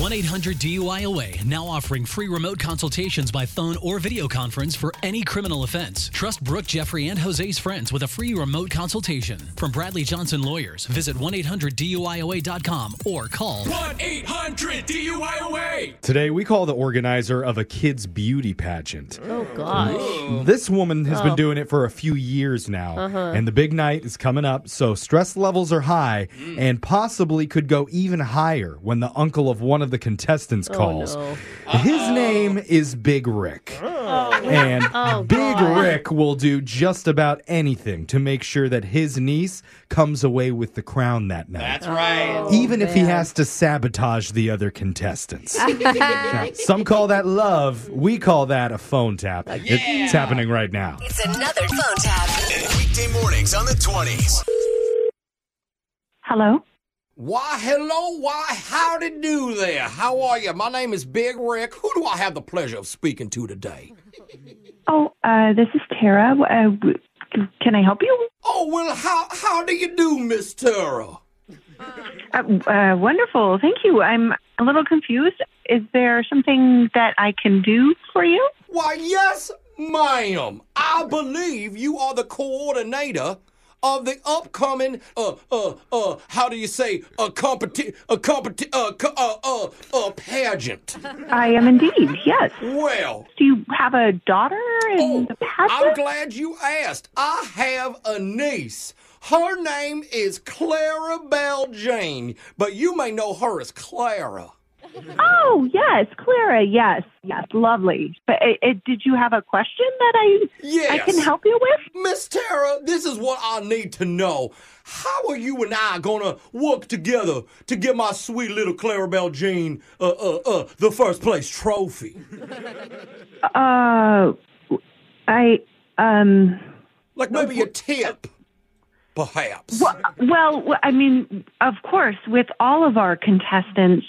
1 800 DUIOA now offering free remote consultations by phone or video conference for any criminal offense. Trust Brooke, Jeffrey, and Jose's friends with a free remote consultation. From Bradley Johnson Lawyers, visit 1 800 DUIOA.com or call 1 800 DUIOA. Today, we call the organizer of a kids' beauty pageant. Oh gosh. This woman has been doing it for a few years now, and the big night is coming up, so stress levels are high and possibly could go even higher when the uncle of one of the contestants calls. no. His name is Big Rick. And Big Rick will do just about anything to make sure that his niece comes away with the crown that night. That's right. even if he has to sabotage the other contestants. Now, some call that love. We call that a phone tap. It's happening right now. It's another phone tap. Weekday mornings on the 20s. Hello. Why, hello, why, howdy do there. How are you? My name is Big Rick. Who do I have the pleasure of speaking to today? Oh, uh, this is Tara. Uh, w- can I help you? Oh, well, how, how do you do, Miss Tara? Uh, uh, wonderful. Thank you. I'm a little confused. Is there something that I can do for you? Why, yes, ma'am. I believe you are the coordinator of the upcoming, uh, uh, uh, how do you say, a competi, a competi, uh, co- uh, uh, uh, pageant. I am indeed. Yes. Well, Do you have a daughter in Oh, the I'm pageant? glad you asked. I have a niece. Her name is Clara Bell Jane, but you may know her as Clara. oh, yes, Clara. Yes, yes, lovely. But it, it, did you have a question that I I Yes. can help you with? Miss Tara, this is what I need to know. How are you and I gonna work together to get my sweet little Clara Bell Jane uh, uh, uh, the first place trophy? Uh, I um. Like maybe a tip, perhaps. Well, well, I mean, of course, with all of our contestants,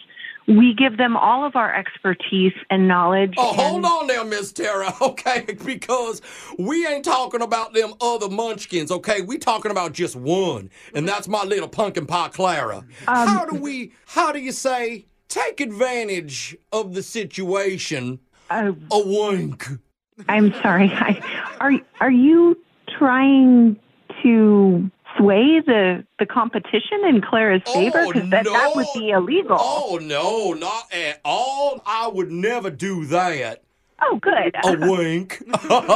we give them all of our expertise and knowledge. Oh, and- hold on there, Miss Tara, okay? Because we ain't talking about them other munchkins, okay? We talking about just one, and that's my little pumpkin pie Clara. Um, how do we, how do you say, take advantage of the situation? Uh, A wink. I'm sorry. I, are are you trying to sway the the competition in Clara's favor? Because that, that would be illegal. Oh, no, not at all. I would never do that. Oh, good. A wink.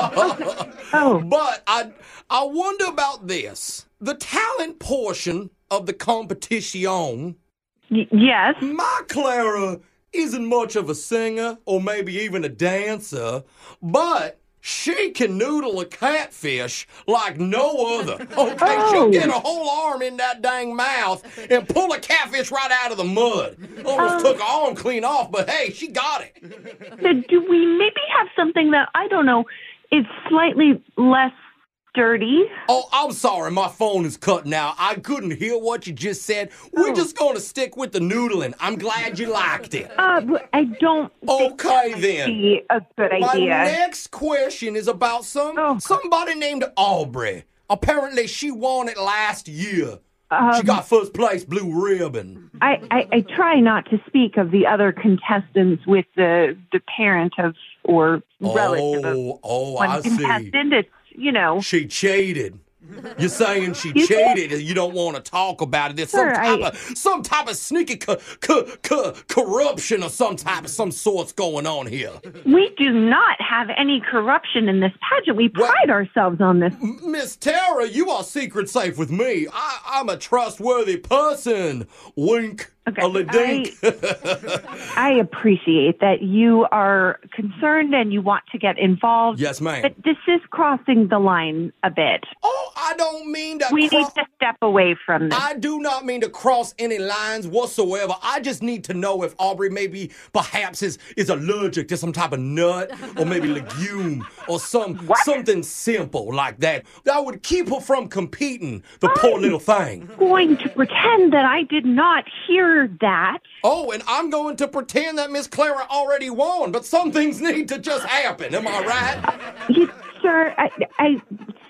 oh, But I I wonder about this. The talent portion of the competition y- yes. My Clara isn't much of a singer or maybe even a dancer, but she can noodle a catfish like no other. Okay, Oh. she'll get a whole arm in that dang mouth and pull a catfish right out of the mud. Almost took her arm clean off, but hey, she got it. So do we maybe have something that I don't know? It's slightly less dirty. Oh, I'm sorry, my phone is cutting out. I couldn't hear what you just said. We're just gonna stick with the noodling. I'm glad you liked it. Uh, but I don't Okay then. be a good My idea. next question is about some Oh. somebody named Aubrey. Apparently, she won it last year. Um, she got first place blue ribbon. I, I, I try not to speak of the other contestants with the the parent of or relative of Oh, oh, one I see. contestant. It's you know. She cheated. You're saying she You think- cheated, and you don't want to talk about it. There's Sure, some type I- of some type of sneaky co- co- co- corruption or some type of some sorts going on here. We do not have any corruption in this pageant. We Well- pride ourselves on this. Miss Tara, you are secret safe with me. I, I'm a trustworthy person. Wink. Okay, A ladink. I appreciate that you are concerned and you want to get involved. Yes, ma'am. But this is crossing the line a bit. Oh, I don't mean to. We cro- need to step away from this. I do not mean to cross any lines whatsoever. I just need to know if Aubrey maybe perhaps is, is allergic to some type of nut or maybe legume or some something simple like that. That would keep her from competing. The poor little thing. going to pretend that I did not hear that. Oh, and I'm going to pretend that Miss Clara already won, but some things need to just happen. Am I right? You, sir, I, I,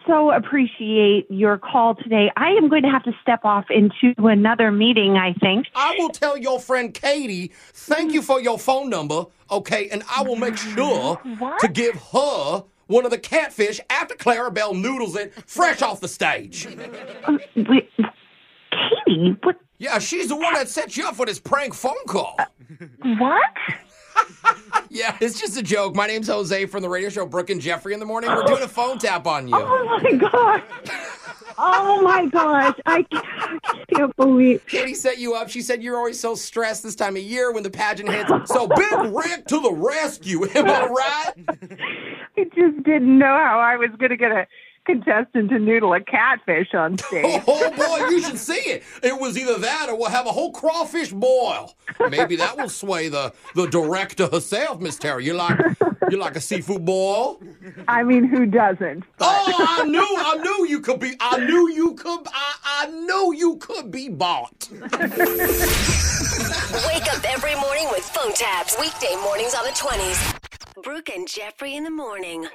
so appreciate your call today. I am going to have to step off into another meeting, I think. I will tell your friend Katie, thank you for your phone number, okay, and I will make sure What? to give her one of the catfish after Clarabelle noodles it fresh off the stage. Wait, Katie, what? Yeah, she's the one that set you up for this prank phone call. What? Yeah, it's just a joke. My name's Jose from the radio show Brooke and Jeffrey in the morning. We're doing a phone tap on you. Oh my gosh. Oh my gosh. I can't, I can't believe. Katie set you up. She said you're always so stressed this time of year when the pageant hits. So Big Rick to the rescue. Am I right? I just didn't know how I was going to get a contestant to noodle a catfish on stage. Oh boy, you should see it. It was either that or we'll have a whole crawfish boil. Maybe that will sway the, the director herself, Miss Terry. You like you like a seafood boil? I mean, who doesn't? Oh, I knew, I knew you could be, I knew you could, I, I knew you could be bought. Wake up every morning with phone taps. Weekday mornings on the 20s. Brooke and Jeffrey in the morning.